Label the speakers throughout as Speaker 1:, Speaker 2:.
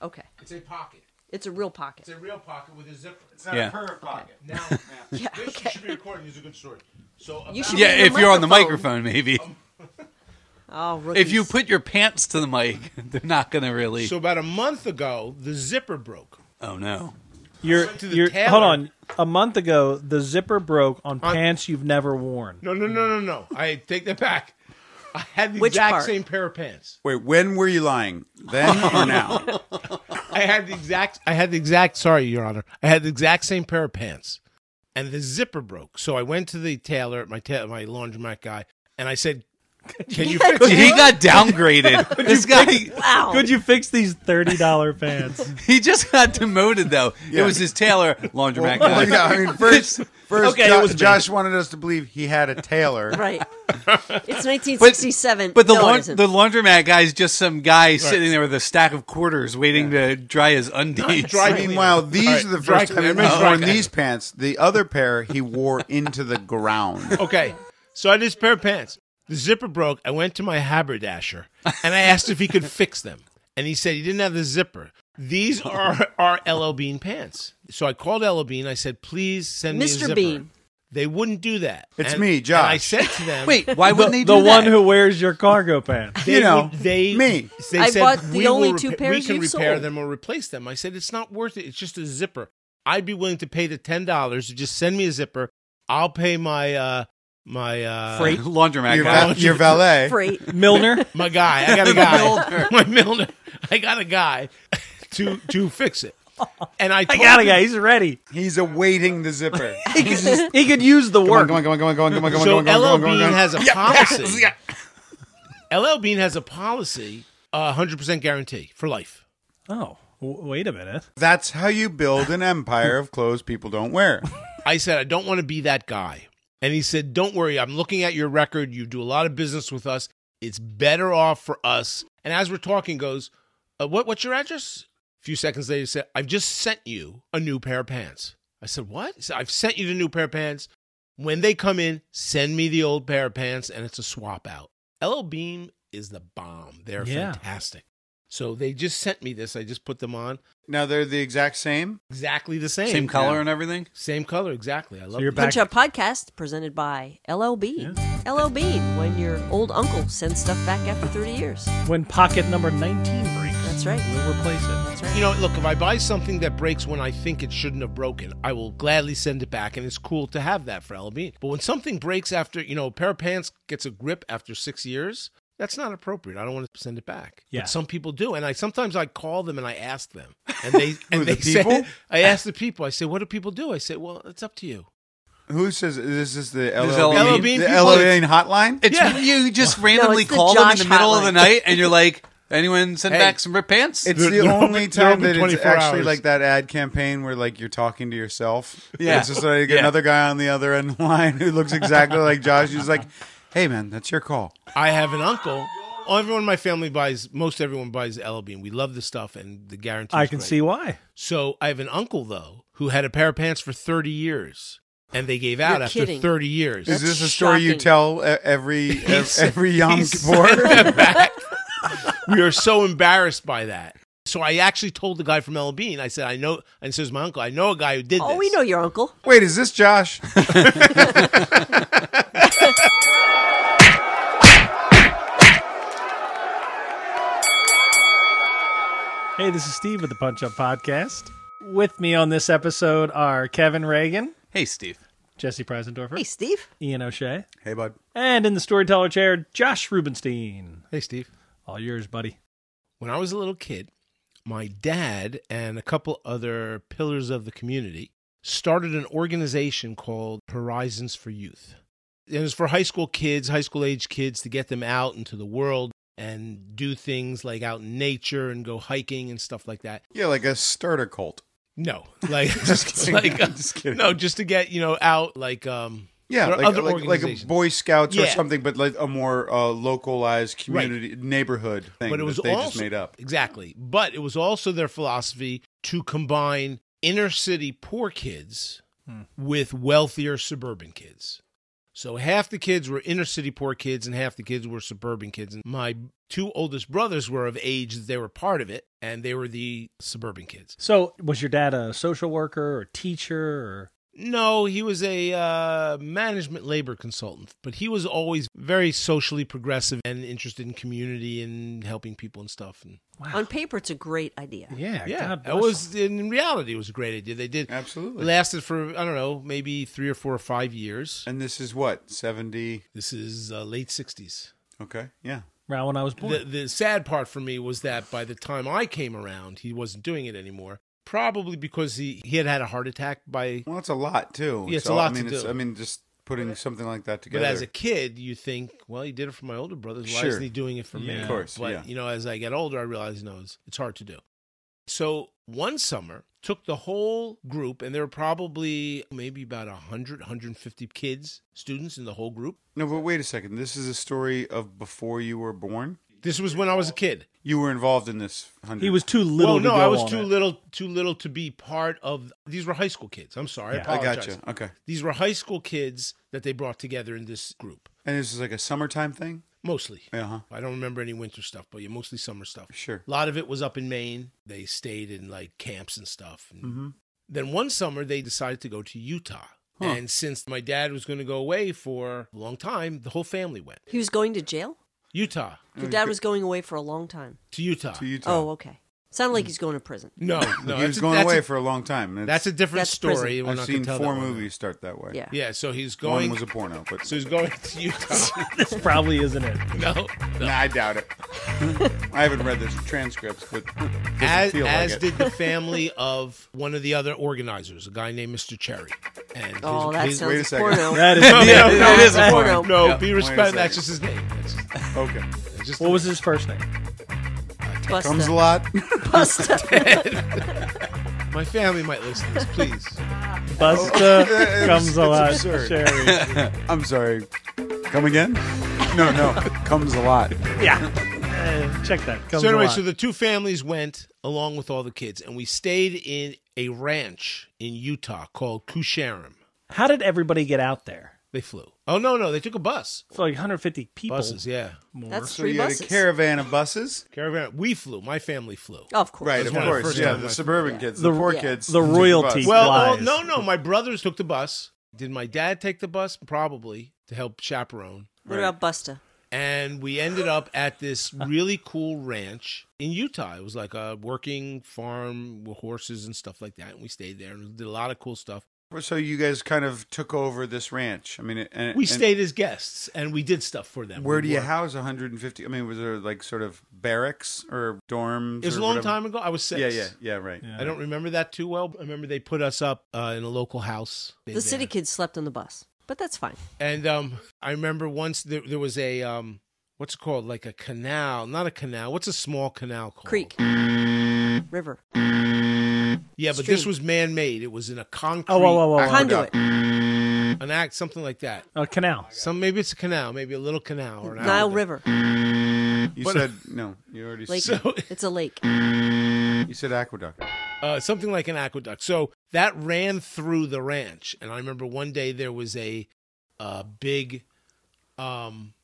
Speaker 1: Okay.
Speaker 2: It's a pocket.
Speaker 1: It's a real
Speaker 2: It's
Speaker 1: pocket.
Speaker 2: a real pocket with a zipper.
Speaker 3: It's not
Speaker 4: Yeah.
Speaker 3: a curve pocket.
Speaker 2: Now,
Speaker 1: Yeah,
Speaker 2: this
Speaker 1: okay.
Speaker 2: should be recording. This is a good story. So
Speaker 1: You
Speaker 2: about-
Speaker 1: should-
Speaker 4: Yeah,
Speaker 1: Your
Speaker 4: if you're on the
Speaker 1: microphone.
Speaker 4: microphone, maybe.
Speaker 1: Oh, rookies.
Speaker 4: If you put your pants to the mic, they're not going to really.
Speaker 2: So about a month ago, the zipper broke.
Speaker 4: oh no.
Speaker 5: You're,
Speaker 2: went to the
Speaker 5: you're
Speaker 2: tailor.
Speaker 5: hold on. A month ago, the zipper broke on
Speaker 2: On-
Speaker 5: pants you've never worn.
Speaker 2: No, no, no, no, no. I take that back. I had the
Speaker 1: Which
Speaker 2: exact
Speaker 1: part?
Speaker 2: same pair of pants.
Speaker 6: Wait, when were you lying? Then or now?
Speaker 2: I had the exact. I had the exact. Sorry, Your Honor. I had the exact same pair of pants, and the zipper broke. So I went to the tailor, my ta- my laundromat guy, and I said, "Can you fix
Speaker 4: He
Speaker 2: it?"
Speaker 4: got downgraded. this guy,
Speaker 1: Wow.
Speaker 5: Could you fix these thirty dollar pants?
Speaker 4: he just got demoted though. It was his tailor, laundromat guy.
Speaker 6: Well, yeah, Oh I mean, first, first
Speaker 5: Okay, it
Speaker 6: Jo-
Speaker 5: was me.
Speaker 6: Josh wanted us to believe he had a tailor.
Speaker 1: Right. It's 1967.
Speaker 4: But the
Speaker 1: no, it
Speaker 4: laun-
Speaker 1: isn't.
Speaker 4: the laundromat guy is just some guy sitting there with a stack of quarters waiting to dry his undies.
Speaker 2: dry-
Speaker 6: Meanwhile, these
Speaker 2: All right,
Speaker 6: are the
Speaker 2: dry
Speaker 6: first time
Speaker 2: cleaner.
Speaker 6: he's
Speaker 2: Dry
Speaker 6: worn
Speaker 2: cleaner.
Speaker 6: these pants. The other pair he wore into the ground.
Speaker 2: Okay. So I had this pair of pants. The zipper broke. I went to my haberdasher and I asked if he could fix them. And he said he didn't have the zipper. These are are LL Bean pants. So I called LL Bean. I said, please send me a
Speaker 1: Mr.
Speaker 2: zipper.
Speaker 1: Bean.
Speaker 2: They wouldn't do that.
Speaker 6: It's
Speaker 2: And-
Speaker 6: me,
Speaker 2: And I
Speaker 6: Josh.
Speaker 2: said to them,
Speaker 4: Wait, why
Speaker 5: the
Speaker 4: wouldn't they do
Speaker 5: the one
Speaker 4: that?
Speaker 5: who wears your cargo pants.
Speaker 2: they
Speaker 6: you know,
Speaker 2: would- they
Speaker 6: me.
Speaker 2: They
Speaker 1: I
Speaker 2: said,
Speaker 1: bought the
Speaker 2: "We will
Speaker 1: only two
Speaker 2: repa-
Speaker 1: pairs
Speaker 2: We can
Speaker 1: you
Speaker 2: repair
Speaker 1: sold."
Speaker 2: them or replace them. I said it's not worth it. It's just a zipper. I'd be willing to pay the ten dollars to just send me a zipper. I'll pay my uh my uh
Speaker 4: Freight laundromat
Speaker 6: Your,
Speaker 4: guy.
Speaker 6: va- your valet.
Speaker 1: Freight.
Speaker 5: Milner.
Speaker 2: my guy. I got a
Speaker 4: The
Speaker 2: guy.
Speaker 4: Milner.
Speaker 2: my Milner. I got a guy to to fix it. And I,
Speaker 5: I
Speaker 2: told
Speaker 5: got a
Speaker 2: him-
Speaker 5: guy. He's ready.
Speaker 6: He's awaiting the zipper.
Speaker 5: He could, he could use the work.
Speaker 6: Come on, come on, come on, come on, come on, come on,
Speaker 2: So
Speaker 6: come on, come
Speaker 2: LL
Speaker 6: on, come on,
Speaker 2: Bean
Speaker 6: come on.
Speaker 2: has a policy. LL Bean has a policy, a hundred percent guarantee for life.
Speaker 5: Oh, w- wait a minute.
Speaker 6: That's how you build an empire of clothes people don't wear.
Speaker 2: I said I don't want to be that guy, and he said, "Don't worry, I'm looking at your record. You do a lot of business with us. It's better off for us." And as we're talking, goes, uh, "What? What's your address?" A few seconds later, he said, "I've just sent you a new pair of pants." I said, "What?" He said, "I've sent you the new pair of pants." When they come in, send me the old pair of pants and it's a swap out. LL Bean is the bomb. They're
Speaker 5: Yeah.
Speaker 2: fantastic. So they just sent me this. I just put them on
Speaker 6: Now they're the exact same.
Speaker 2: exactly the same.
Speaker 4: Same color and everything.
Speaker 2: Same color, exactly. I love
Speaker 5: you're
Speaker 2: them.
Speaker 5: back-
Speaker 1: Punch Up Podcast presented by LL Bean. LL Bean, when your old uncle sends stuff back after 30 years.
Speaker 5: When pocket number nineteen breaks,
Speaker 1: That's right.
Speaker 5: we'll replace it.
Speaker 1: That's right.
Speaker 2: You know, look, if I buy something that breaks when I think it shouldn't have broken, I will gladly send it back, and it's cool to have that for LL Bean. But when something breaks after, you know, a pair of pants gets a grip after six years, that's not appropriate. I don't want to send it back.
Speaker 5: Yeah.
Speaker 2: But some people do, and I sometimes I call them and I ask them, and they and
Speaker 6: Who,
Speaker 2: they
Speaker 6: the
Speaker 2: say,
Speaker 6: people?
Speaker 2: I ask the people. I say, what do people do? I say, well, it's up to you.
Speaker 6: Who says this is the
Speaker 4: is
Speaker 6: LL,
Speaker 4: LL
Speaker 6: Bean,
Speaker 2: Bean
Speaker 6: the
Speaker 2: people.
Speaker 6: LL Bean hotline?
Speaker 4: It's
Speaker 2: Yeah.
Speaker 4: when you just randomly
Speaker 1: it's the
Speaker 4: call them in
Speaker 1: Josh
Speaker 4: the middle of the
Speaker 1: hotline.
Speaker 4: night and you're like, anyone send
Speaker 6: Hey,
Speaker 4: back some ripped pants?
Speaker 6: It's
Speaker 2: They're-
Speaker 6: the
Speaker 2: they're
Speaker 6: only
Speaker 2: open- they're
Speaker 6: time
Speaker 2: open
Speaker 6: that it's
Speaker 2: 24
Speaker 6: actually
Speaker 2: hours.
Speaker 6: like that ad campaign where like you're talking to yourself.
Speaker 4: Yeah.
Speaker 6: It's just like
Speaker 4: Yeah.
Speaker 6: another guy on the other end of the line who looks exactly like Josh. He's like, "Hey man, that's your call."
Speaker 2: I have an uncle. Everyone in my family buys. Most everyone buys LL Bean. We love the stuff, and the guarantee.
Speaker 5: I
Speaker 2: is
Speaker 5: can
Speaker 2: great.
Speaker 5: see why.
Speaker 2: So I have an uncle though who had a pair of pants for 30 years, and they gave out
Speaker 1: You're
Speaker 2: after
Speaker 1: kidding.
Speaker 2: 30 years.
Speaker 6: Is
Speaker 1: That's
Speaker 6: this a story you
Speaker 1: shocking.
Speaker 6: tell e- every e- every Yom
Speaker 2: he's-
Speaker 6: Kippur?
Speaker 2: we are so embarrassed by that. So I actually told the guy from LL Bean. I said, I know, and says my uncle, I know a guy who did
Speaker 1: Oh,
Speaker 2: this.
Speaker 1: we know your uncle.
Speaker 6: Wait, is this Josh?
Speaker 5: Hey, this is Steve with the Punch Up Podcast. With me on this episode are Kevin Reagan,
Speaker 4: hey, Steve.
Speaker 5: Jesse Preisendorfer,
Speaker 1: Hey, Steve.
Speaker 5: Ian O'Shea,
Speaker 6: Hey bud.
Speaker 5: and in the storyteller chair, Josh Rubenstein.
Speaker 2: Hey, Steve.
Speaker 5: All yours, buddy.
Speaker 2: When I was a little kid, my dad and a couple other pillars of the community started an organization called Horizons for Youth. It was for high school kids, high school age kids, to get them out into the world and do things like out in nature and go hiking and stuff like that.
Speaker 6: Yeah, like a starter cult.
Speaker 2: No, like
Speaker 6: kidding.
Speaker 2: like uh,
Speaker 6: I'm just kidding.
Speaker 2: no, just to get you know out like um
Speaker 6: Yeah,
Speaker 2: there are
Speaker 6: like,
Speaker 2: other
Speaker 6: like, like a
Speaker 2: organizations.
Speaker 6: Boy Scouts or
Speaker 2: Yeah.
Speaker 6: something, but like a more uh, localized community neighborhood thing
Speaker 2: but it was
Speaker 6: that they
Speaker 2: also,
Speaker 6: just made up.
Speaker 2: Exactly. But it was also their philosophy to combine inner city poor kids with wealthier suburban kids. So half the kids were inner city poor kids and half the kids were suburban kids. And my two oldest brothers were of age that they were part of it and they were the suburban kids.
Speaker 5: So, was your dad a social worker or teacher or
Speaker 2: No, he was a uh, management labor consultant, but he was always very socially progressive and interested in community and helping people and stuff. And
Speaker 1: On paper, it's a great idea.
Speaker 5: yeah,
Speaker 2: yeah,
Speaker 5: God
Speaker 2: it
Speaker 5: bless
Speaker 2: was in reality it was a great idea. They did
Speaker 6: Absolutely.
Speaker 2: lasted for I don't know maybe three or four or five years.
Speaker 6: And this is what seventy?
Speaker 2: This is uh, late sixties.
Speaker 6: Okay, yeah.
Speaker 5: them. around when I was born.
Speaker 2: The, the sad part for me was that by the time I came around, he wasn't doing it anymore. Probably because he, he had had a heart attack by.
Speaker 6: Well, it's a lot too.
Speaker 2: Yeah, it's a
Speaker 6: So,
Speaker 2: lot
Speaker 6: I mean,
Speaker 2: to
Speaker 6: it's,
Speaker 2: do.
Speaker 6: I mean, just putting something like that
Speaker 2: But
Speaker 6: together.
Speaker 2: as a kid, you think, well, he did it for my older brothers. Why
Speaker 6: Sure.
Speaker 2: isn't he doing it for me?
Speaker 5: Yeah. Of
Speaker 6: course,
Speaker 2: But
Speaker 6: yeah.
Speaker 2: you know, as I get older, I realize no, it's, it's hard to do. So one summer, took the whole group, and there were probably maybe about 100, 150 kids, students in the whole group.
Speaker 6: no, but wait a second. This is a story of before you were born.
Speaker 2: This was when I was a kid.
Speaker 6: You were involved in this. 100.
Speaker 5: he was too little.
Speaker 2: well,
Speaker 5: to
Speaker 2: no,
Speaker 5: go
Speaker 2: I was
Speaker 5: on
Speaker 2: too
Speaker 5: it.
Speaker 2: little, too little to be part of. These were high school kids. I'm sorry,
Speaker 5: Yeah.
Speaker 2: I
Speaker 6: I
Speaker 2: apologize.
Speaker 6: gotcha. Okay.
Speaker 2: These were high school kids that they brought together in this group,
Speaker 6: And this is like a summertime thing.
Speaker 2: mostly.
Speaker 6: Uh huh.
Speaker 2: I don't remember any winter stuff, but yeah, mostly summer stuff.
Speaker 6: Sure.
Speaker 2: A lot of it was up in Maine. They stayed in like camps and stuff. And Then one summer they decided to go to Utah.
Speaker 6: Mm-hmm. Huh.
Speaker 2: And since my dad was going to go away for a long time, the whole family went.
Speaker 1: He was going to jail?
Speaker 2: Utah
Speaker 1: Your dad was going away for a long time.
Speaker 2: to Utah.
Speaker 6: To Utah.
Speaker 1: Oh, okay. Sounded like he's going to prison.
Speaker 2: no, no,
Speaker 6: he was
Speaker 2: that's a-
Speaker 6: going
Speaker 2: that's
Speaker 6: away
Speaker 2: a,
Speaker 6: for a long time. It's-
Speaker 2: That's a different
Speaker 1: That's prison.
Speaker 2: story. We're
Speaker 6: I've
Speaker 2: not
Speaker 6: seen
Speaker 2: gonna tell
Speaker 6: four
Speaker 2: that one.
Speaker 6: movies start that way.
Speaker 1: Yeah.
Speaker 2: Yeah, so he's going.
Speaker 6: One was a porno, but
Speaker 2: so he's going to Utah.
Speaker 5: This probably isn't it.
Speaker 2: no,
Speaker 6: nah, I doubt it. I haven't read the transcripts, but doesn't
Speaker 2: as,
Speaker 6: feel
Speaker 2: as
Speaker 6: like it.
Speaker 2: did the family of one of the other organizers, a guy named Mr. Cherry. And his-
Speaker 1: Oh, that
Speaker 2: his-
Speaker 1: sounds
Speaker 6: wait a
Speaker 1: like
Speaker 6: second.
Speaker 1: porno.
Speaker 5: That is.
Speaker 2: No,
Speaker 5: yeah.
Speaker 2: no, no,
Speaker 1: it is
Speaker 5: that-
Speaker 1: a porno.
Speaker 2: no,
Speaker 6: Yeah,
Speaker 2: be
Speaker 6: wait a
Speaker 2: respectful. That's
Speaker 6: second.
Speaker 2: just his name. That's just,
Speaker 6: Okay.
Speaker 2: that's just-
Speaker 5: What was his first name?
Speaker 1: Busta.
Speaker 6: Comes a lot.
Speaker 1: Busta.
Speaker 2: my family might listen to this, please.
Speaker 5: Busta
Speaker 6: it's-
Speaker 5: comes a
Speaker 6: it's
Speaker 5: lot.
Speaker 6: absurd.
Speaker 5: Sherry.
Speaker 6: I'm sorry. Come again? No, no. Comes a lot.
Speaker 5: Yeah. Uh, check that. Comes
Speaker 2: so
Speaker 5: a
Speaker 2: anyway,
Speaker 5: lot.
Speaker 2: so the two families went along with all the kids, and we stayed in a ranch in Utah called Kusharim.
Speaker 5: How did everybody get out there?
Speaker 2: They flew. Oh no, no, they took a bus.
Speaker 5: It's like 150 people.
Speaker 2: Buses, yeah.
Speaker 5: More.
Speaker 1: That's
Speaker 6: So
Speaker 1: three
Speaker 6: you
Speaker 1: buses.
Speaker 6: had a caravan of buses.
Speaker 2: Caravan. We flew. My family flew.
Speaker 1: Oh, of course.
Speaker 6: Right,
Speaker 2: That's
Speaker 6: of
Speaker 2: one of the
Speaker 6: course.
Speaker 2: first
Speaker 6: Yeah,
Speaker 2: times I-
Speaker 6: the suburban kids,
Speaker 5: The-
Speaker 6: the poor
Speaker 1: yeah.
Speaker 6: kids,
Speaker 5: the
Speaker 6: took
Speaker 5: royalty.
Speaker 6: bus.
Speaker 5: Well-
Speaker 2: Well, oh,
Speaker 5: Flies.
Speaker 2: no, no. My brothers took the bus. Did my dad take the bus? Probably to help chaperone.
Speaker 1: What about Busta?
Speaker 2: And we ended up at this really cool ranch in Utah. It was like a working farm with horses and stuff like that. And we stayed there and did a lot of cool stuff.
Speaker 6: so you guys kind of took over this ranch. I mean, and- and
Speaker 2: We stayed as guests and we did stuff for them.
Speaker 6: Where do you
Speaker 2: worked.
Speaker 6: house 150? I mean, was there like sort of barracks or dorms?
Speaker 2: It was
Speaker 6: or
Speaker 2: a long
Speaker 6: whatever?
Speaker 2: time ago. I was six.
Speaker 6: Yeah, yeah, yeah. Right.
Speaker 5: Yeah.
Speaker 2: I don't remember that too well. I remember they put us up uh, in a local house.
Speaker 1: The city kids slept on the bus, but that's fine.
Speaker 2: And um, I remember once there, there was a um, what's it called? Like a canal, not a canal. What's a small canal called?
Speaker 1: Creek, river,
Speaker 2: Yeah, but this
Speaker 1: Stream.
Speaker 2: was man-made. It was in a concrete,
Speaker 5: Oh, whoa, whoa, whoa, whoa.
Speaker 1: conduit,
Speaker 6: oh.
Speaker 2: an act, something like that.
Speaker 5: A canal.
Speaker 2: Some maybe it's a canal, maybe a little canal or an
Speaker 1: Nile
Speaker 2: aqueduct.
Speaker 1: River,
Speaker 6: You
Speaker 2: But-
Speaker 6: said no. You already
Speaker 1: lake.
Speaker 6: said
Speaker 2: So-
Speaker 1: It's a lake.
Speaker 6: you said aqueduct.
Speaker 2: uh, something like an aqueduct. So that ran through the ranch, and I remember one day there was a, uh big, um,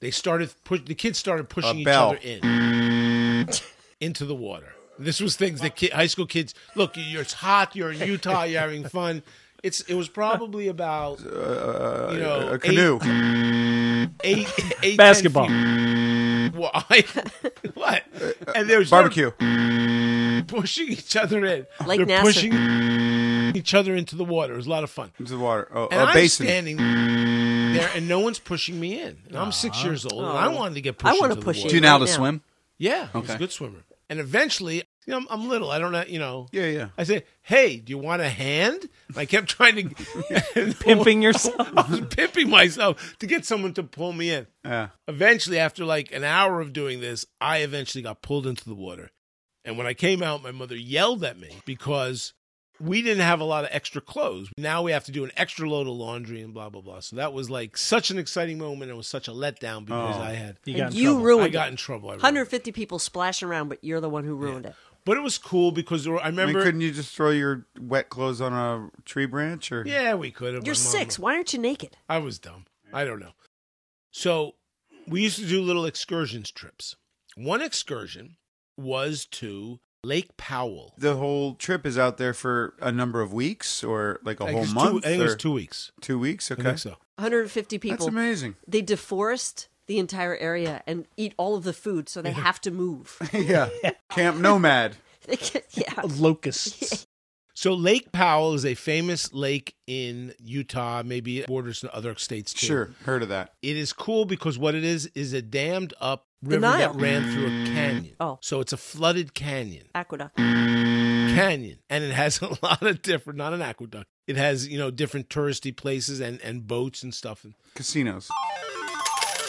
Speaker 2: they started push the kids started pushing each
Speaker 6: bell.
Speaker 2: other in into the water. This was things that ki- high school kids look. You're, it's hot. You're in Utah. You're having fun. It's it was probably about
Speaker 6: Uh,
Speaker 2: You know,
Speaker 6: a canoe.
Speaker 2: eight eight ten
Speaker 5: Basketball.
Speaker 2: feet wide. what? And there was no-
Speaker 6: Uh, Barbecue.
Speaker 2: pushing each other in.
Speaker 1: Like
Speaker 2: They're
Speaker 1: NASA.
Speaker 2: pushing each other into the water. It was a lot of fun.
Speaker 6: Into the water. Oh,
Speaker 2: And
Speaker 6: a
Speaker 2: I'm
Speaker 6: basin.
Speaker 2: standing there, and no one's pushing me in. And I'm six years old, and I
Speaker 1: Oh.
Speaker 2: wanted to get
Speaker 1: I
Speaker 2: pushed.
Speaker 1: wanna
Speaker 2: into the
Speaker 1: push you.
Speaker 2: water.
Speaker 4: Do you know how to
Speaker 1: Right now.
Speaker 4: swim?
Speaker 2: Yeah, I was a
Speaker 4: Okay.
Speaker 2: good swimmer. And eventually, you know, I'm, I'm little. I don't know, you know.
Speaker 6: Yeah, yeah.
Speaker 2: I said, "Hey, do you want a hand?" And I kept trying to
Speaker 5: Pimping yourself.
Speaker 2: I was pimping myself to get someone to pull me in.
Speaker 6: Yeah.
Speaker 2: Eventually, after like an hour of doing this, I eventually got pulled into the water. And when I came out, my mother yelled at me because we didn't have a lot of extra clothes. Now we have to do an extra load of laundry and blah, blah, blah. So that was like such an exciting moment. It was such a letdown because
Speaker 6: Oh.
Speaker 2: I had,
Speaker 5: You got
Speaker 1: And
Speaker 5: in
Speaker 1: you
Speaker 5: trouble.
Speaker 2: I
Speaker 1: ruined
Speaker 2: got
Speaker 1: it.
Speaker 2: in trouble. I remember.
Speaker 1: 150 people splashing around, but you're the one who ruined it.
Speaker 2: But it was cool because there were, I
Speaker 6: I mean,
Speaker 2: remember.
Speaker 6: couldn't you just throw your wet clothes on a tree branch or
Speaker 2: yeah, we could have.
Speaker 1: You're
Speaker 2: but Mom-
Speaker 1: six. Why aren't you naked?
Speaker 2: I was dumb. I don't know. So we used to do little excursions trips. One excursion was to Lake Powell.
Speaker 6: the whole trip is out there for a number of weeks or like a
Speaker 2: I think
Speaker 6: whole
Speaker 2: it's two-
Speaker 6: month?
Speaker 2: I think it was
Speaker 6: or
Speaker 2: two weeks.
Speaker 6: two weeks.
Speaker 2: I
Speaker 6: Okay,
Speaker 2: think so.
Speaker 1: 150
Speaker 6: that's
Speaker 1: people.
Speaker 6: amazing.
Speaker 1: They deforest the entire area and eat all of the food, so they have to move.
Speaker 6: yeah, Camp Nomad.
Speaker 1: They get- yeah.
Speaker 5: Locusts.
Speaker 2: So Lake Powell is a famous lake in Utah, maybe it borders to other states too.
Speaker 6: Sure, heard of that.
Speaker 2: It is cool because what it is is a dammed up river
Speaker 1: Nile.
Speaker 2: that ran through a canyon.
Speaker 1: Oh.
Speaker 2: So it's a flooded canyon.
Speaker 1: Aqueduct.
Speaker 5: Mm-hmm.
Speaker 2: Canyon. And it has a lot of different not an aqueduct. It has, you know, different touristy places and, and boats and stuff. And
Speaker 6: Casinos.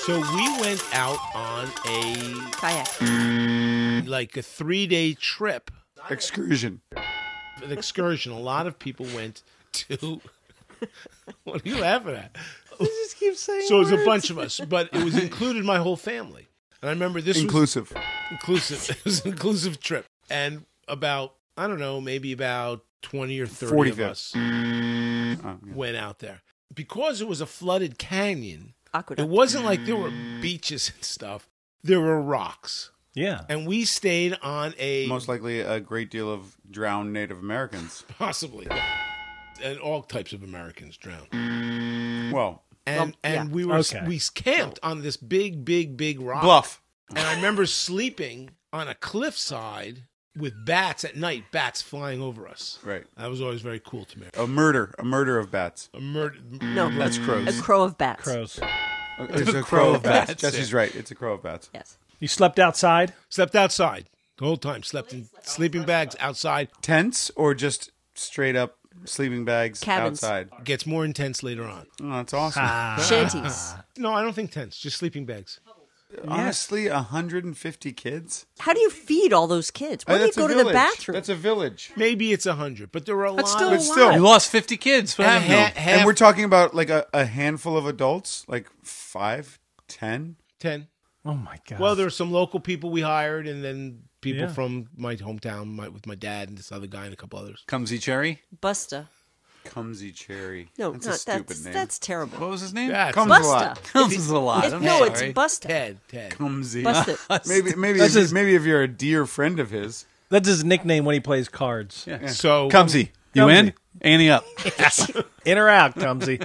Speaker 2: so we went out on a
Speaker 1: Kayak.
Speaker 2: like a three day trip.
Speaker 6: Excursion.
Speaker 2: An excursion. a lot of people went to what are you laughing at?
Speaker 5: just keep saying.
Speaker 2: So it was a bunch of us, but it was included my whole family. And I remember this was
Speaker 6: Inclusive.
Speaker 2: inclusive. It was an inclusive trip. And about, I don't know, maybe about 20 or 30 of
Speaker 6: 45.
Speaker 2: us
Speaker 6: Oh, yeah.
Speaker 2: went out there. Because it was a flooded canyon, it
Speaker 1: Aqueduct.
Speaker 2: wasn't like there were beaches and stuff. There were rocks.
Speaker 5: Yeah.
Speaker 2: And we stayed on a.
Speaker 6: Most likely a great deal of drowned Native Americans.
Speaker 2: Possibly. And all types of Americans drowned.
Speaker 6: Well,
Speaker 2: And,
Speaker 1: Well, yeah.
Speaker 2: and we were
Speaker 5: Okay.
Speaker 2: we camped on this big, big, big rock.
Speaker 6: bluff.
Speaker 2: And I remember sleeping on a cliffside with bats at night, bats flying over us.
Speaker 6: Right.
Speaker 2: That was always very cool to me.
Speaker 6: A murder. A murder of bats.
Speaker 2: A murder.
Speaker 1: No.
Speaker 6: That's crows.
Speaker 1: A crow of bats.
Speaker 5: Crows.
Speaker 6: It's a
Speaker 4: crow
Speaker 6: crow
Speaker 4: of
Speaker 6: of bats.
Speaker 4: bats,
Speaker 6: Jesse's right. It's a crow of bats.
Speaker 1: Yes.
Speaker 5: You slept outside.
Speaker 2: Slept outside the whole time. Slept in sleeping bags outside.
Speaker 6: Tents or just straight up sleeping bags
Speaker 1: Cabins.
Speaker 6: outside.
Speaker 2: Gets more intense later on.
Speaker 6: Oh, that's awesome.
Speaker 2: Ah,
Speaker 1: Shanties.
Speaker 2: No, I don't think tents. Just sleeping bags.
Speaker 6: Honestly, 150 kids.
Speaker 1: How do you feed all those kids? Why
Speaker 6: Hey,
Speaker 1: do you
Speaker 6: that's a
Speaker 1: go to the
Speaker 6: village.
Speaker 1: bathroom?
Speaker 6: That's a village.
Speaker 2: Maybe it's a hundred, but there were a
Speaker 1: That's
Speaker 2: lot.
Speaker 1: still
Speaker 2: of
Speaker 1: a
Speaker 6: But
Speaker 1: lot.
Speaker 4: You
Speaker 6: still-
Speaker 4: lost 50 kids. What
Speaker 2: and,
Speaker 4: happened? to
Speaker 2: ha-
Speaker 4: them?
Speaker 2: half,
Speaker 6: And we're talking about like a, a handful of adults, like five, ten.
Speaker 2: ten.
Speaker 5: Oh my god.
Speaker 2: Well, there were some local people we hired, and then people
Speaker 5: Yeah.
Speaker 2: from my hometown, my, with my dad and this other guy and a couple others.
Speaker 4: Cumsy Cherry.
Speaker 1: Busta.
Speaker 6: Cumsy Cherry.
Speaker 1: No,
Speaker 6: that's
Speaker 1: not,
Speaker 6: a stupid
Speaker 1: that's,
Speaker 6: name.
Speaker 1: that's terrible.
Speaker 4: What was his name?
Speaker 2: Yeah, it's
Speaker 6: Comes
Speaker 2: not-
Speaker 6: a lot.
Speaker 1: Busta.
Speaker 4: Cums a lot.
Speaker 1: It's-
Speaker 4: I'm
Speaker 1: no, it's
Speaker 4: sorry.
Speaker 1: Busta.
Speaker 2: Ted. Ted.
Speaker 6: Cumsy.
Speaker 1: Busta.
Speaker 6: Maybe maybe
Speaker 5: That's
Speaker 6: if,
Speaker 5: his-
Speaker 6: maybe if you're a dear friend of his.
Speaker 5: That's his nickname when he plays cards.
Speaker 2: So
Speaker 4: Cumsy. You
Speaker 5: Cumsy.
Speaker 4: in? Annie up.
Speaker 5: In or out, Cumsy.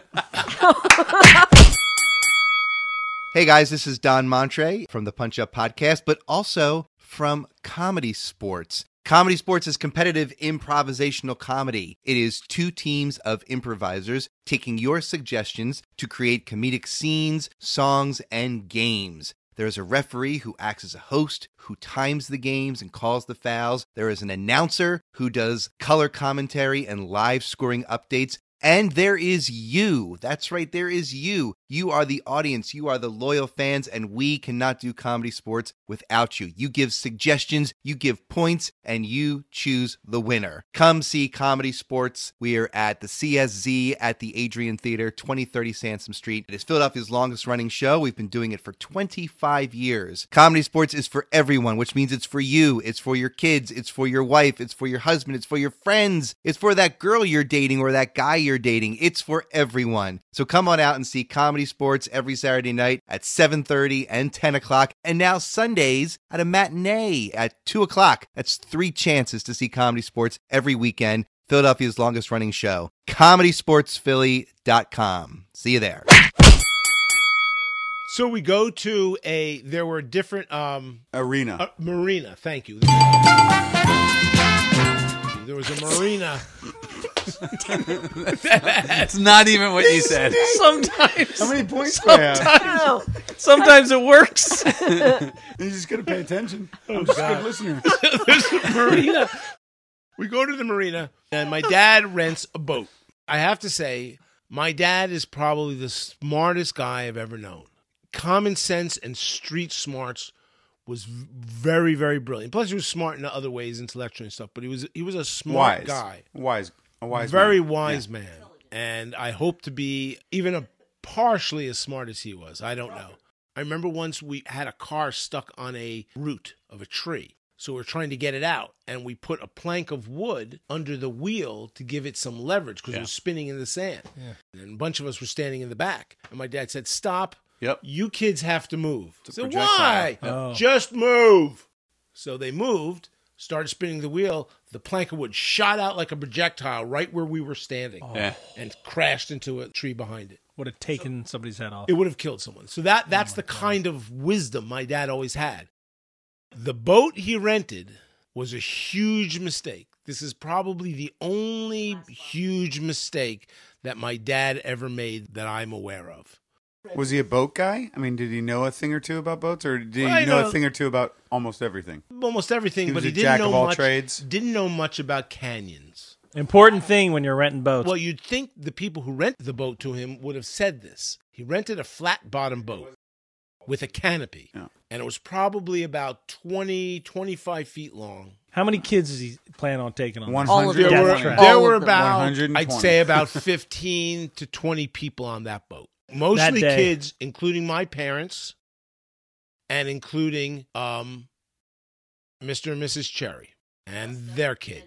Speaker 3: Hey guys, this is Don Montre from the Punch Up Podcast, but also from Comedy Sports. Comedy Sports is competitive improvisational comedy. It is two teams of improvisers taking your suggestions to create comedic scenes, songs, and games. There is a referee who acts as a host, who times the games and calls the fouls. There is an announcer who does color commentary and live scoring updates. And there is you. That's right, there is you. You are the audience, you are the loyal fans, and we cannot do comedy sports without you. You give suggestions, you give points, and you choose the winner. Come see Comedy Sports. We are at the CSZ at the Adrian Theater, 2030 Sansom Street. It is Philadelphia's longest running show. We've been doing it for 25 years. Comedy Sports is for everyone, which means it's for you, it's for your kids, it's for your wife, it's for your husband, it's for your friends, it's for that girl you're dating or that guy you're dating. It's for everyone. So come on out and see Comedy Sports every Saturday night at 7:30 and 10 o'clock, and now Sundays at a matinee at 2 o'clock. That's three chances to see Comedy Sports every weekend. Philadelphia's longest running show, comedysportsphilly.com. See you there.
Speaker 2: So we go to a. There were different um,
Speaker 6: Arena.
Speaker 2: uh, marina. Thank you. There was a marina.
Speaker 4: That's not even what you said.
Speaker 5: sometimes,
Speaker 6: How many points do I have?
Speaker 1: No.
Speaker 5: sometimes it works.
Speaker 6: You just gotta pay attention.
Speaker 2: Oh
Speaker 6: Good
Speaker 2: God!
Speaker 6: listener.
Speaker 2: There's a marina. We go to the marina, and my dad rents a boat. I have to say, my dad is probably the smartest guy I've ever known. Common sense and street smarts was v- very, very brilliant. Plus, he was smart in other ways, intellectually and stuff. But he was he was a smart
Speaker 6: Wise
Speaker 2: guy.
Speaker 6: Wise. A wise.
Speaker 2: very
Speaker 6: man.
Speaker 2: wise man, and I hope to be even a partially as smart as he was. I don't know. I remember once we had a car stuck on a root of a tree, So we're trying to get it out, and we put a plank of wood under the wheel to give it some leverage because it was spinning in the sand. And a bunch of us were standing in the back, and my dad said, "Stop!
Speaker 6: Yep.
Speaker 2: You kids have to move." So
Speaker 6: projectile.
Speaker 2: why?
Speaker 5: Oh.
Speaker 2: Just move. So they moved, started spinning the wheel. The plank of wood shot out like a projectile right where we were standing,
Speaker 6: Yeah.
Speaker 2: and crashed into a tree behind it
Speaker 5: Would have taken somebody's head off.
Speaker 2: it would have killed someone. So that
Speaker 6: Oh
Speaker 2: that's the kind of wisdom my dad always had. The boat he rented was a huge mistake. This is probably the only huge mistake that my dad ever made that I'm aware of.
Speaker 6: Was he a boat guy? I mean, did he know a thing or two about boats, or did he
Speaker 2: Well, I
Speaker 6: know,
Speaker 2: know-
Speaker 6: a thing or two about almost everything?
Speaker 2: Almost everything,
Speaker 6: He
Speaker 2: but
Speaker 6: was
Speaker 2: he
Speaker 6: a
Speaker 2: didn't
Speaker 6: jack
Speaker 2: know
Speaker 6: of all
Speaker 2: much.
Speaker 6: trades.
Speaker 2: Didn't know much about canyons.
Speaker 5: Important thing when you're renting boats.
Speaker 2: Well, you'd think the people who rented the boat to him would have said this. He rented a flat bottom boat with a canopy,
Speaker 6: Yeah.
Speaker 2: and it was probably about 20, 25 feet long.
Speaker 5: How many kids does he plan on taking on?
Speaker 6: One
Speaker 5: this?
Speaker 1: All of
Speaker 6: hundred.
Speaker 2: There
Speaker 5: Death
Speaker 2: were,
Speaker 5: train.
Speaker 2: there
Speaker 1: All
Speaker 2: were
Speaker 1: of them.
Speaker 2: about,
Speaker 6: 120.
Speaker 2: I'd say about 15 to 20 people on that boat. Mostly
Speaker 5: day.
Speaker 2: kids, including my parents and including um, Mr. and Mrs. Cherry and their kid.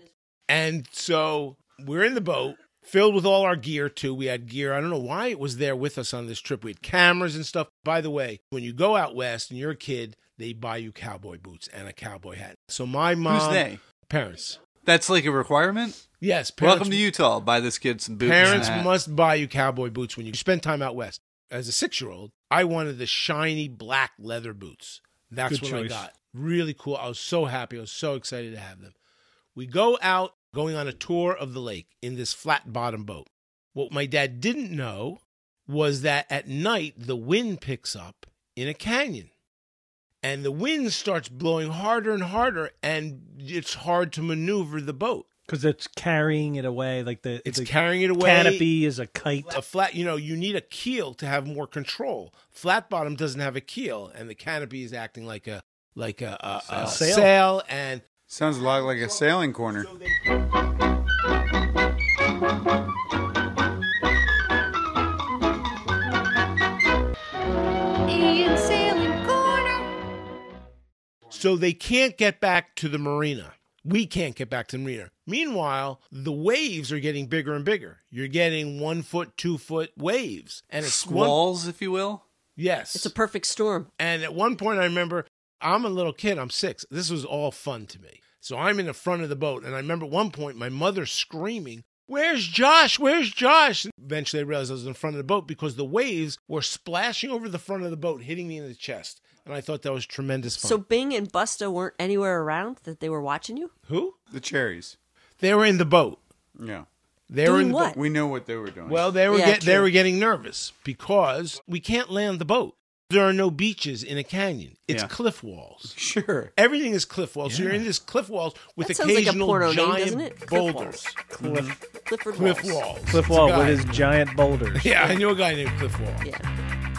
Speaker 2: And so we're in the boat filled with all our gear too. We had gear. I don't know why it was there with us on this trip. We had cameras and stuff. By the way, when you go out west and you're a kid, they buy you cowboy boots and a cowboy hat. So my mom,
Speaker 4: Who's they?
Speaker 2: parents.
Speaker 4: That's like a requirement.
Speaker 2: Yes, parents
Speaker 4: Welcome to Utah. Buy this kid some boots.
Speaker 2: Parents
Speaker 4: and a hat.
Speaker 2: must buy you cowboy boots when you spend time out west. As a six year old, I wanted the shiny black leather boots. That's
Speaker 5: Good
Speaker 2: what I
Speaker 5: choice.
Speaker 2: got. Really cool. I was so happy. I was so excited to have them. We go out going on a tour of the lake in this flat bottom boat. What my dad didn't know was that at night the wind picks up in a canyon and the wind starts blowing harder and harder and it's hard to maneuver the boat.
Speaker 5: Because it's carrying it away. Like the,
Speaker 2: It's
Speaker 5: the
Speaker 2: carrying it away.
Speaker 5: canopy is a kite.
Speaker 2: A flat, you know, you need a keel to have more control. Flat bottom doesn't have a keel, and the canopy is acting like a like a, a, a
Speaker 5: Sail.
Speaker 2: sail. And
Speaker 6: Sounds a lot like a sailing corner.
Speaker 7: Ian Sailing Corner.
Speaker 2: so they can't get back to the marina. We can't get back to the marina. Meanwhile, the waves are getting bigger and bigger. You're getting one foot, two foot waves, and it's One,
Speaker 4: squalls, if you will.
Speaker 2: yes,
Speaker 1: It's a perfect storm.
Speaker 2: And at one point, I remember I'm a little kid, I'm six. This was all fun to me. So I'm in the front of the boat. And I remember at one point, my mother screaming, Where's Josh? Where's Josh? And eventually, I realized I was in front of the boat because the waves were splashing over the front of the boat, hitting me in the chest. And I thought that was tremendous fun.
Speaker 1: So Bing and Busta weren't anywhere around that they were watching you?
Speaker 2: who?
Speaker 6: The cherries.
Speaker 2: They were in the boat.
Speaker 6: Yeah.
Speaker 2: They were
Speaker 1: Doing
Speaker 2: in the
Speaker 1: what?
Speaker 6: We know what they were doing.
Speaker 2: Well, they were
Speaker 1: Yeah,
Speaker 2: get, they
Speaker 1: true.
Speaker 2: were getting nervous because we can't land the boat. There are no beaches in a canyon. It's
Speaker 6: Yeah.
Speaker 2: cliff walls.
Speaker 6: sure.
Speaker 2: Everything is cliff walls. So you're in this cliff walls with
Speaker 1: That sounds like a
Speaker 2: occasional
Speaker 1: porno name,
Speaker 2: giant
Speaker 1: doesn't it? Cliff
Speaker 2: boulders.
Speaker 5: Cliff,
Speaker 1: Clifford
Speaker 2: Cliff
Speaker 1: Walls.
Speaker 2: walls.
Speaker 5: Cliff
Speaker 2: It's a
Speaker 5: Wall with
Speaker 2: guy.
Speaker 5: his giant boulders.
Speaker 2: Yeah, I knew a guy named Cliff Wall.
Speaker 1: Yeah.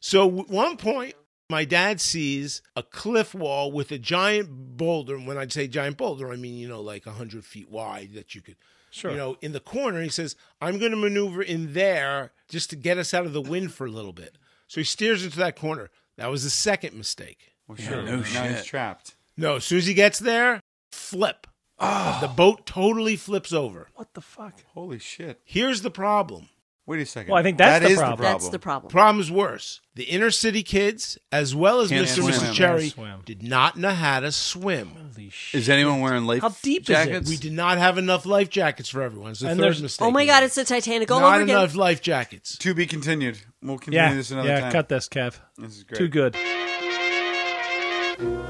Speaker 2: So at one point, my dad sees a cliff wall with a giant boulder. And when I say giant boulder, I mean you know like hundred feet wide that you could,
Speaker 5: Sure.
Speaker 2: you know, in the corner. He says, "I'm going to maneuver in there just to get us out of the wind for a little bit." So he steers into that corner. That was the second mistake.
Speaker 6: Well, sure.
Speaker 4: no
Speaker 6: now he's
Speaker 4: shit.
Speaker 6: trapped.
Speaker 2: No, as soon as he gets there, flip.
Speaker 5: Ah.
Speaker 2: The boat totally flips over.
Speaker 5: What the fuck?
Speaker 6: Holy shit.
Speaker 2: Here's the problem.
Speaker 6: Wait a second.
Speaker 5: Well, I think that's
Speaker 6: That
Speaker 5: the
Speaker 6: is
Speaker 5: problem.
Speaker 1: That's the problem.
Speaker 2: Problem's worse. The inner city kids, as well as
Speaker 6: Can't
Speaker 2: Mr. and
Speaker 6: swim.
Speaker 2: Mrs. Cherry,
Speaker 5: Can't swim.
Speaker 2: did not know how to swim.
Speaker 5: Holy shit.
Speaker 4: Is anyone wearing life
Speaker 5: How deep is it?
Speaker 4: jackets?
Speaker 2: We did not have enough life jackets for everyone. It's the
Speaker 5: And
Speaker 2: third
Speaker 5: there's-
Speaker 2: mistake.
Speaker 1: Oh my god, it's the Titanic all
Speaker 2: not
Speaker 1: over again.
Speaker 2: enough life jackets.
Speaker 6: To be continued. We'll continue
Speaker 5: Yeah,
Speaker 6: this another
Speaker 5: yeah
Speaker 6: time.
Speaker 5: cut this, Kev.
Speaker 6: This is great.
Speaker 5: Too good.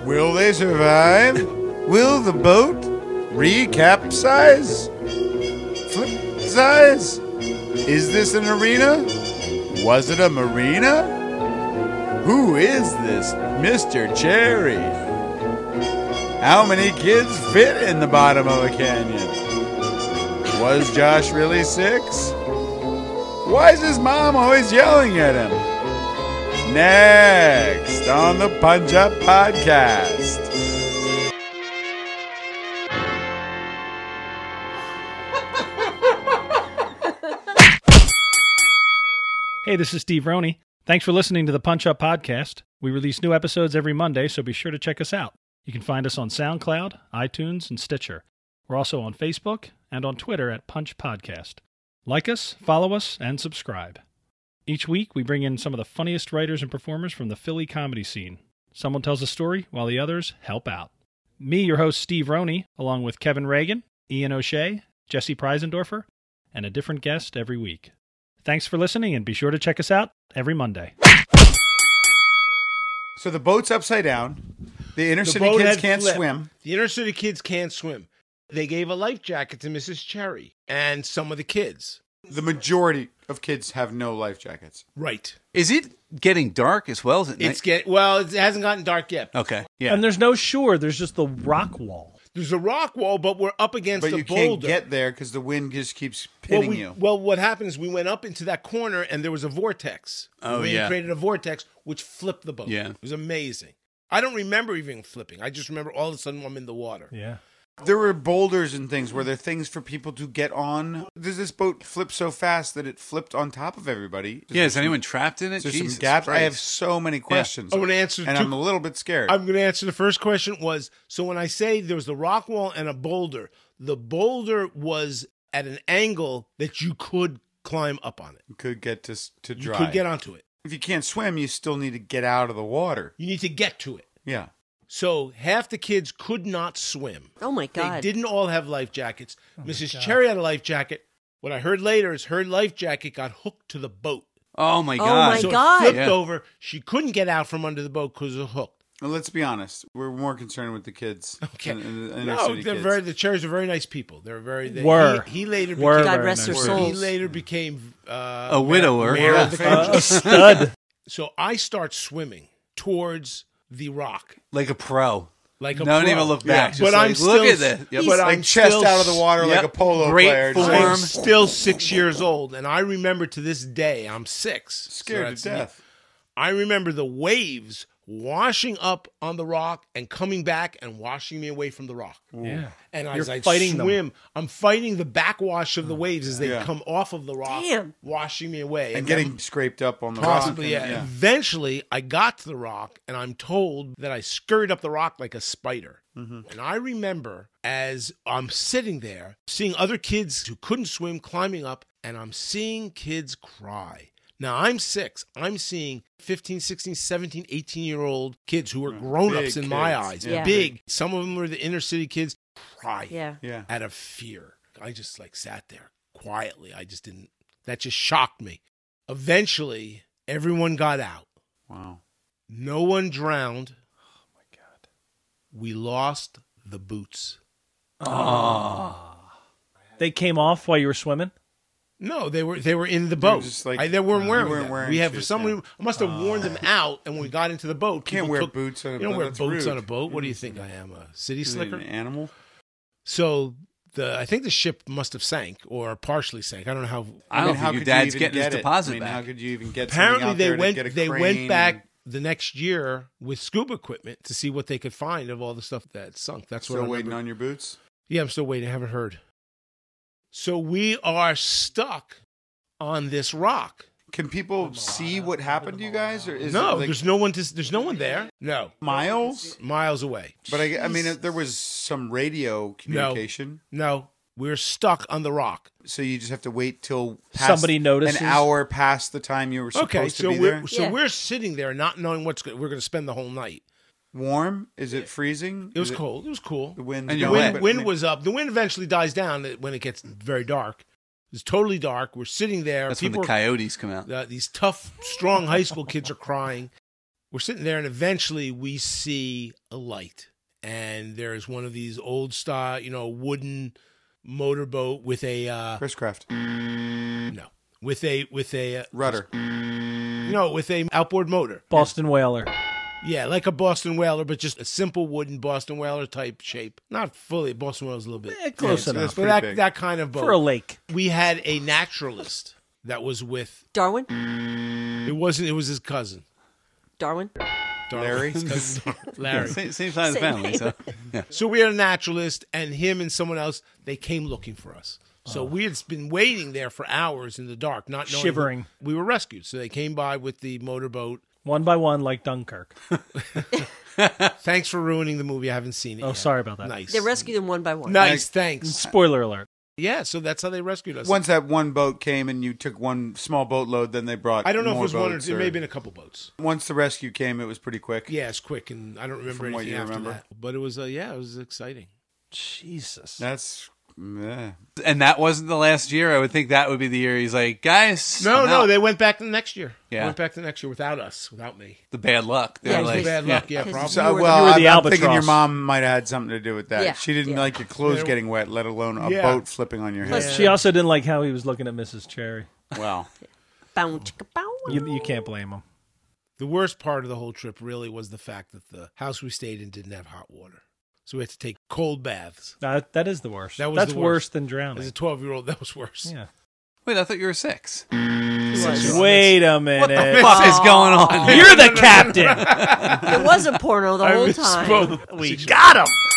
Speaker 6: Will they survive? Will the boat recapsize? Flip size? Is this an arena? Was it a marina? Who is this Mr. Cherry? How many kids fit in the bottom of a canyon? Was Josh really six? Why is his mom always yelling at him? Next on the Punch Up Podcast.
Speaker 5: Hey, this is Steve Roney. Thanks for listening to the Punch Up Podcast. We release new episodes every Monday, so be sure to check us out.
Speaker 8: You can find us on SoundCloud, iTunes, and Stitcher. We're also on Facebook and on Twitter at Punch Podcast. Like us, follow us, and subscribe. Each week, we bring in some of the funniest writers and performers from the Philly comedy scene. Someone tells a story while the others help out. Me, your host, Steve Roney, along with Kevin Reagan, Ian O'Shea, Jesse Preisendorfer, and a different guest every week. Thanks for listening, and be sure to check us out every Monday.
Speaker 6: So the boat's upside down. The inner
Speaker 2: The
Speaker 6: city
Speaker 2: boat
Speaker 6: kids
Speaker 2: had
Speaker 6: can't
Speaker 2: flipped.
Speaker 6: swim.
Speaker 2: The inner city kids can't swim. They gave a life jacket to Mrs. Cherry and some of the kids.
Speaker 6: The majority of kids have no life jackets.
Speaker 2: Right.
Speaker 4: Is it getting dark as well? Is it
Speaker 2: It's get well. It hasn't gotten dark yet.
Speaker 4: night? okay. Yeah.
Speaker 5: And there's no shore. There's just the rock wall.
Speaker 2: There's a rock wall, but we're up against
Speaker 6: But
Speaker 2: a
Speaker 6: you can't
Speaker 2: boulder.
Speaker 6: get there because the wind just keeps
Speaker 2: well,
Speaker 6: pitting
Speaker 2: we,
Speaker 6: you.
Speaker 2: well, what happened is we went up into that corner and there was a vortex.
Speaker 4: Oh,
Speaker 2: we
Speaker 4: yeah.
Speaker 2: created a vortex which flipped the boat.
Speaker 4: Yeah.
Speaker 2: It was amazing. I don't remember even flipping. I just remember all of a sudden I'm in the water.
Speaker 5: Yeah.
Speaker 6: There were boulders and things. Were there things for people to get on? Does this boat flip so fast that it flipped on top of everybody?
Speaker 4: yeah. Is anyone trapped in it?
Speaker 6: Is there some
Speaker 4: Jesus
Speaker 6: gaps? I
Speaker 4: Christ.
Speaker 6: have so many questions.
Speaker 2: I wanna Oh, answer
Speaker 6: and
Speaker 2: two-
Speaker 6: I'm a little bit scared.
Speaker 2: I'm going to answer the first question was so when I say there was the rock wall and a boulder, the boulder was at an angle that you could climb up on it.
Speaker 6: you could get to s- to
Speaker 2: You
Speaker 6: dry.
Speaker 2: could get onto it.
Speaker 6: if you can't swim, you still need to get out of the water.
Speaker 2: You need to get to it.
Speaker 6: Yeah.
Speaker 2: So half the kids could not swim.
Speaker 1: Oh my God. Oh
Speaker 2: They didn't all have life jackets. Mrs. Cherry had a life jacket. What I heard later is her life jacket got hooked to the boat.
Speaker 4: Oh my
Speaker 1: Oh
Speaker 4: god.
Speaker 1: my
Speaker 2: so
Speaker 1: God.
Speaker 2: it flipped
Speaker 4: Yeah.
Speaker 2: over. She couldn't get out from under the boat because it was hooked.
Speaker 6: Well, let's be honest. We're more concerned with the kids.
Speaker 2: Okay.
Speaker 6: And, and the inner
Speaker 2: no,
Speaker 6: city
Speaker 2: they're
Speaker 6: kids.
Speaker 2: very. The Cherries are very nice people. They're very. They,
Speaker 5: Were.
Speaker 2: he, he later
Speaker 5: Were
Speaker 2: became
Speaker 1: God
Speaker 5: very
Speaker 1: rest their
Speaker 5: nice.
Speaker 2: He
Speaker 1: souls.
Speaker 2: later became uh,
Speaker 4: A widower.
Speaker 2: Mayor of the
Speaker 5: Uh, a
Speaker 2: country.
Speaker 5: stud.
Speaker 2: So I start swimming towards the rock
Speaker 4: like a pro.
Speaker 2: like a
Speaker 4: Don't
Speaker 2: pro.
Speaker 4: even look back.
Speaker 2: Yeah.
Speaker 4: Just like, look at this. Yep.
Speaker 2: But
Speaker 6: like
Speaker 2: I'm
Speaker 6: chest
Speaker 2: still
Speaker 6: out of the water
Speaker 4: Yep.
Speaker 6: like a polo
Speaker 4: Great
Speaker 6: player.
Speaker 4: form.
Speaker 2: I'm
Speaker 4: Arm.
Speaker 2: still six years old, and I remember to this day I'm six.
Speaker 6: Scared to
Speaker 2: So that's-
Speaker 6: death.
Speaker 2: I remember the waves washing up on the rock and coming back and washing me away from the rock.
Speaker 5: Yeah.
Speaker 2: And
Speaker 5: You're
Speaker 2: as I
Speaker 5: fighting them.
Speaker 2: swim, I'm fighting the backwash of the waves as they
Speaker 6: Mm. Yeah.
Speaker 2: come off of the rock,
Speaker 1: Damn.
Speaker 2: washing me away
Speaker 6: And
Speaker 2: then
Speaker 6: getting scraped up on the
Speaker 2: possibly.
Speaker 6: rock.
Speaker 2: yeah. Mm-hmm. Eventually, I got to the rock, and I'm told that I scurried up the rock like a spider. And I remember as I'm sitting there, seeing other kids who couldn't swim climbing up, and I'm seeing kids cry. Now, I'm six. I'm seeing 15, 16, 17, 18 year old kids who are grown ups in
Speaker 6: Big
Speaker 2: my
Speaker 6: kids.
Speaker 2: eyes.
Speaker 1: Yeah.
Speaker 2: Big. Some of them were the inner city kids crying
Speaker 1: yeah.
Speaker 6: Yeah.
Speaker 2: out of fear. I just like sat there quietly. I just didn't, that just shocked me. Eventually, everyone got out.
Speaker 6: Wow.
Speaker 2: No one drowned. Oh my God. We lost the boots.
Speaker 5: They came off while you were swimming.
Speaker 2: No, they were they were in the
Speaker 6: They were
Speaker 2: boat.
Speaker 6: just like- uh,
Speaker 2: I- they weren't
Speaker 6: they
Speaker 2: wearing,
Speaker 6: weren't
Speaker 2: them.
Speaker 6: wearing
Speaker 2: We have for
Speaker 6: shoes,
Speaker 2: some
Speaker 6: yeah.
Speaker 2: reason I must have worn them out. And when we got into the boat,
Speaker 6: Can't
Speaker 2: people
Speaker 6: wear
Speaker 2: took-
Speaker 6: boots on a
Speaker 2: You don't
Speaker 6: boat.
Speaker 2: wear
Speaker 6: That's
Speaker 2: boots
Speaker 6: rude.
Speaker 2: on a boat. What do you think I am, a city
Speaker 6: Is it
Speaker 2: slicker?
Speaker 6: an animal?
Speaker 2: So the I think the ship must have sank or partially sank. I don't know how.
Speaker 4: I don't
Speaker 6: mean, how
Speaker 4: think your
Speaker 6: could
Speaker 4: dad's
Speaker 6: even
Speaker 4: getting his
Speaker 6: get it?
Speaker 4: deposit
Speaker 6: I mean,
Speaker 4: back.
Speaker 6: How could you even get
Speaker 2: Apparently,
Speaker 6: something out
Speaker 2: they
Speaker 6: there to
Speaker 2: went
Speaker 6: get a
Speaker 2: they
Speaker 6: crane
Speaker 2: went
Speaker 6: and-
Speaker 2: back the next year with scuba equipment to see what they could find of all the stuff that sunk. That's what
Speaker 6: Still
Speaker 2: I
Speaker 6: waiting
Speaker 2: remember.
Speaker 6: on your boots.
Speaker 2: Yeah, I'm still waiting. I haven't heard. So we are stuck on this rock.
Speaker 6: Can people see what happened to you guys, or is
Speaker 2: no,
Speaker 6: it like
Speaker 2: there's no one. To, there's no one there. No,
Speaker 6: miles?
Speaker 2: miles away.
Speaker 6: But I, I mean, if there was some radio communication,
Speaker 2: No, we're stuck on the rock.
Speaker 6: so you just have to wait till
Speaker 5: Somebody notices.
Speaker 6: an hour past the time you were supposed
Speaker 2: Okay,
Speaker 6: to
Speaker 2: so
Speaker 6: be
Speaker 2: we're
Speaker 6: there.
Speaker 2: so
Speaker 1: Yeah.
Speaker 2: we're sitting there not knowing what's good. We're going to spend the whole night.
Speaker 6: Warm? Is it freezing?
Speaker 2: It was
Speaker 6: Is
Speaker 2: cold. It was cool.
Speaker 6: The wind.
Speaker 4: And
Speaker 2: The
Speaker 4: you're
Speaker 2: wind,
Speaker 4: wet.
Speaker 2: wind was up. The wind eventually dies down when it gets very dark. It's totally dark. We're sitting there.
Speaker 4: That's when
Speaker 2: People
Speaker 4: the
Speaker 2: are-
Speaker 4: coyotes come out.
Speaker 2: uh, these tough, strong high school kids are crying. We're sitting there, and eventually we see a light, and there's one of these old style, you know, wooden motorboat with a uh,
Speaker 6: Chris Craft.
Speaker 2: no, with a with a uh,
Speaker 6: Rudder.
Speaker 2: no, with a outboard motor.
Speaker 5: Boston Whaler.
Speaker 2: Yeah, like a Boston whaler, but just a simple wooden Boston whaler type shape. Not fully Boston whaler's a little bit,
Speaker 5: Eh, close
Speaker 6: Yeah,
Speaker 5: enough
Speaker 2: but
Speaker 6: pretty
Speaker 2: that
Speaker 6: big.
Speaker 2: that kind of boat.
Speaker 5: for a lake.
Speaker 2: we had a naturalist that was with.
Speaker 1: Darwin?
Speaker 2: It wasn't. It was his cousin,
Speaker 1: Darwin?
Speaker 2: Darwin. His cousin, Larry.
Speaker 4: Same, same side of the
Speaker 1: Same
Speaker 4: family. So yeah.
Speaker 2: So we had a naturalist, and him and someone else, they came looking for us. So we had been waiting there for hours in the dark, not knowing
Speaker 5: Shivering.
Speaker 2: We were rescued. So they came by with the motorboat.
Speaker 5: one by one, like Dunkirk.
Speaker 2: Thanks for ruining the movie. I haven't seen it.
Speaker 5: Oh,
Speaker 2: yet.
Speaker 5: sorry about that.
Speaker 2: Nice.
Speaker 1: They rescue them one by one.
Speaker 2: Nice. Thanks.
Speaker 5: Spoiler alert.
Speaker 2: Yeah. So that's how they rescued us.
Speaker 4: Once that one boat came and you took one small boat load, then they brought.
Speaker 2: I don't know if it
Speaker 4: more
Speaker 2: was one or
Speaker 4: boats
Speaker 2: two. It may have been a couple boats.
Speaker 4: Once the rescue came, it was pretty quick.
Speaker 2: Yeah, it's quick, and I don't remember
Speaker 4: From what
Speaker 2: anything
Speaker 4: you
Speaker 2: after
Speaker 4: remember.
Speaker 2: that. But it was, uh, yeah, it was exciting.
Speaker 5: Jesus.
Speaker 4: That's. Yeah. And that wasn't the last year. I would think that would be the year he's like, guys.
Speaker 2: No,
Speaker 4: I'm
Speaker 2: no,
Speaker 4: out."
Speaker 2: they went back the next year.
Speaker 4: Yeah.
Speaker 2: went back the next year without us, without me.
Speaker 4: the bad luck. They're
Speaker 1: Yeah,
Speaker 4: like,
Speaker 1: it's
Speaker 2: Bad
Speaker 4: yeah.
Speaker 2: luck. Yeah,
Speaker 1: Because
Speaker 2: problem.
Speaker 1: you
Speaker 4: So,
Speaker 1: were the-
Speaker 4: well,
Speaker 5: you were
Speaker 4: I'm,
Speaker 5: the
Speaker 4: I'm thinking
Speaker 5: albatross.
Speaker 4: your mom might have had something to do with that.
Speaker 1: Yeah,
Speaker 4: She didn't
Speaker 1: yeah.
Speaker 4: like your clothes
Speaker 2: Yeah.
Speaker 4: getting wet, let alone a
Speaker 2: Yeah.
Speaker 4: boat flipping on your
Speaker 1: Plus-
Speaker 4: head.
Speaker 5: She also didn't like how he was looking at Mrs. Cherry.
Speaker 4: Wow.
Speaker 1: Bow, chicka, bow, wow.
Speaker 5: You, you can't blame him.
Speaker 2: The worst part of the whole trip really was the fact that the house we stayed in didn't have hot water, so we had to take cold baths.
Speaker 5: That, that is the worst.
Speaker 2: That was
Speaker 5: That's
Speaker 2: the
Speaker 5: worse
Speaker 2: worst.
Speaker 5: than
Speaker 2: As a
Speaker 5: drowning.
Speaker 2: twelve-year-old, that was worse.
Speaker 5: Yeah.
Speaker 4: Wait, I thought you were six.
Speaker 1: It was.
Speaker 5: Wait a
Speaker 4: What the
Speaker 5: minute.
Speaker 4: fuck is going on?
Speaker 5: You're the captain.
Speaker 1: There was a porno the whole time.
Speaker 2: we got him.